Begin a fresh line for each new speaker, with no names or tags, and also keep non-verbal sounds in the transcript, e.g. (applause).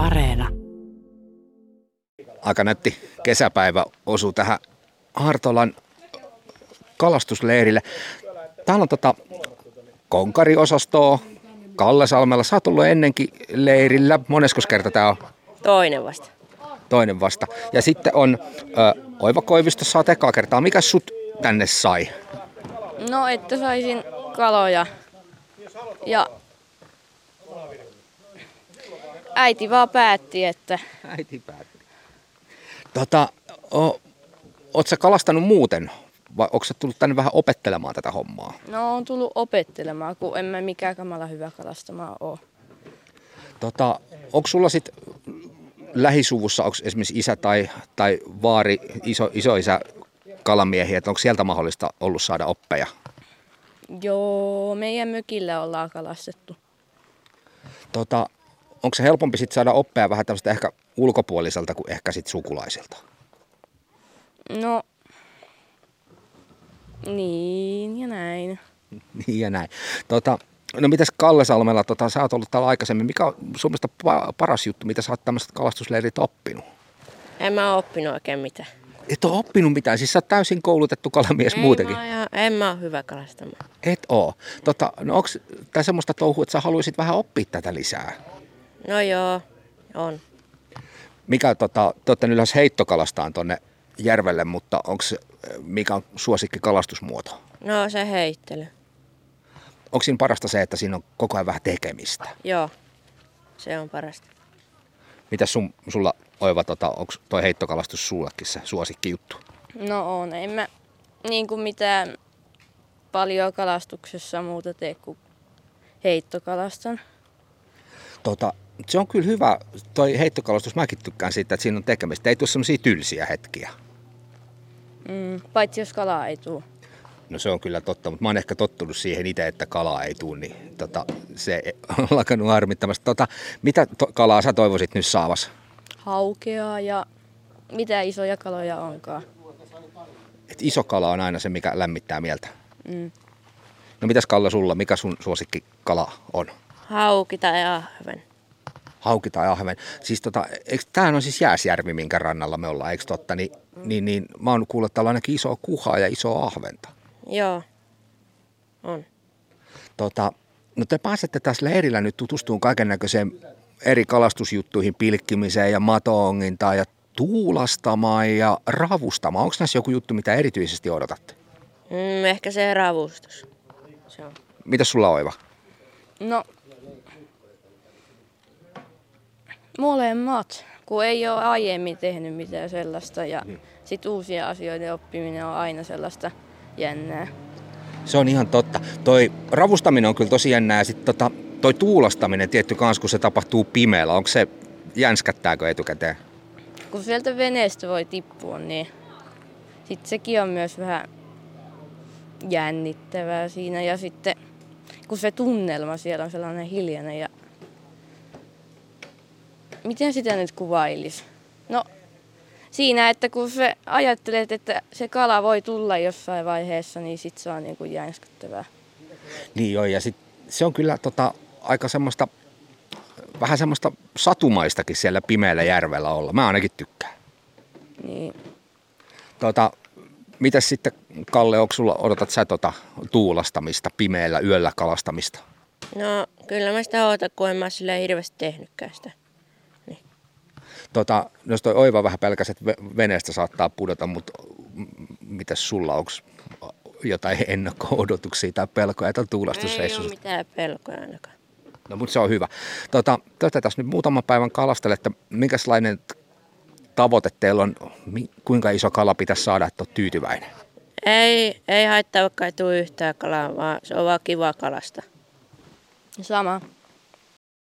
Areena.
Aika nätti kesäpäivä osuu tähän Hartolan kalastusleirille. Täällä on tota konkariosastoa Kallesalmella. Sä oot ollut ennenkin leirillä. Monesko kerta tää on?
Toinen vasta.
Toinen vasta. Ja sitten on ö, Oiva Koivisto saat ekaa kertaa. Mikä sut tänne sai?
No, että saisin kaloja. Ja äiti vaan päätti, että
Äiti päätti. Tota, o, oot sä kalastanut muuten? Vai onko sä tullut tänne vähän opettelemaan tätä hommaa?
no on tullut opettelemaan, kun en mä mikään kamala hyvä kalastamaan oo.
Tota, onko sulla sit lähisuvussa, onko esimerkiksi isä tai, tai vaari, iso, isoisä kalamiehiä, että onko sieltä mahdollista ollut saada oppeja?
Joo, meidän mökillä ollaan kalastettu.
Tota, onko se helpompi sit saada oppeja vähän tämmöistä ehkä ulkopuoliselta kuin ehkä sit sukulaisilta? (laughs)
No, niin ja näin.
Niin ja näin. Tota, no mitäs Kallesalmella, tota, sä oot ollut täällä aikaisemmin. Mikä on sun mielestä pa- paras juttu, mitä sä oot tämmöiset kalastusleirit oppinut?
En mä oo oppinut oikein mitään.
Et oo oppinut mitään, siis sä oot täysin koulutettu kalamies muutenkin.
Mä oo ihan, en mä oo hyvä kalastamaan.
Et oo. Tota, no onks tää semmoista touhua, että sä haluaisit vähän oppia tätä lisää?
No joo, on.
Mikä, tota, te ootte ylös heittokalastaan tonne järvelle, mutta onks, äh, mikä on suosikki kalastusmuoto?
No se heittely.
Onko siinä parasta se, että siinä on koko ajan vähän tekemistä?
Joo, se on parasta.
Mitä sun, sulla oiva, tota, onko toi heittokalastus sullekin se suosikki juttu?
No on, en mä niin kuin mitään paljon kalastuksessa muuta tee kuin heittokalastan.
Tota, se on kyllä hyvä, toi heittokalastus, mäkin tykkään siitä, että siinä on tekemistä. Ei tule semmoisia tylsiä hetkiä.
Mm, paitsi jos kalaa ei tuu.
No se on kyllä totta, mutta mä oon ehkä tottunut siihen itse, että kalaa ei tuu, niin tota, se on lakannut harmittamasta. Tota, mitä to- kalaa sä toivoisit nyt saavas?
Haukeaa ja mitä isoja kaloja onkaan.
Et iso kala on aina se, mikä lämmittää mieltä.
Mm.
No mitäs Kalle sulla, mikä sun suosikki kala on?
Hauki tai ahven.
Hauki tai ahven. Siis tota, eikö, tämähän on siis Jääsjärvi, minkä rannalla me ollaan, eikö totta? Niin, niin, niin mä oon kuullut, että täällä on ainakin isoa kuhaa ja isoa ahventa.
Joo, on.
Tota, no te pääsette tässä leirillä nyt tutustumaan kaiken näköiseen eri kalastusjuttuihin, pilkkimiseen ja matoongintaan ja tuulastamaan ja ravustamaan. Onko näissä joku juttu, mitä erityisesti odotatte?
Mm, ehkä se ravustus. Se on.
Mitäs sulla oiva?
No, molemmat, kun ei ole aiemmin tehnyt mitään sellaista ja sit uusien asioiden oppiminen on aina sellaista jännää.
Se on ihan totta. Toi ravustaminen on kyllä tosi jännää. Sitten tota, toi tuulastaminen tietty kans, kun se tapahtuu pimeällä. Onko se, jänskättääkö etukäteen?
Kun sieltä veneestä voi tippua, niin sit sekin on myös vähän jännittävää siinä ja sitten kun se tunnelma siellä on sellainen hiljainen ja miten sitä nyt kuvailisi? No siinä, että kun se ajattelet, että se kala voi tulla jossain vaiheessa, niin sit se on niin kuin jänskyttävää.
Niin joo, ja sit, se on kyllä tota, aika semmoista, vähän semmoista satumaistakin siellä pimeällä järvellä olla. Mä ainakin tykkään.
Niin.
Tota, mitäs sitten Kalle, onko sulla, odotat sä tota tuulastamista, pimeällä yöllä kalastamista?
No kyllä mä sitä ootan, kun en mä oo sillä hirveästi tehnytkään sitä.
Tota, no jos toi oiva vähän pelkäs, että ve- veneestä saattaa pudota, mutta mitäs sulla, onko jotain (laughs) ennakko-odotuksia tai pelkoja tuon
Ei oo
tuulastusreissusta?
mitään pelkoja ainakaan.
No mutta se on hyvä. Tota, te olette tässä nyt muutaman päivän kalastelette, minkälainen tavoite teillä on, Mi- kuinka iso kala pitäisi saada, että on tyytyväinen?
Ei, ei haittaa, vaikka ei tuu yhtään kalaa, vaan se on vaan kiva kalasta.
Sama.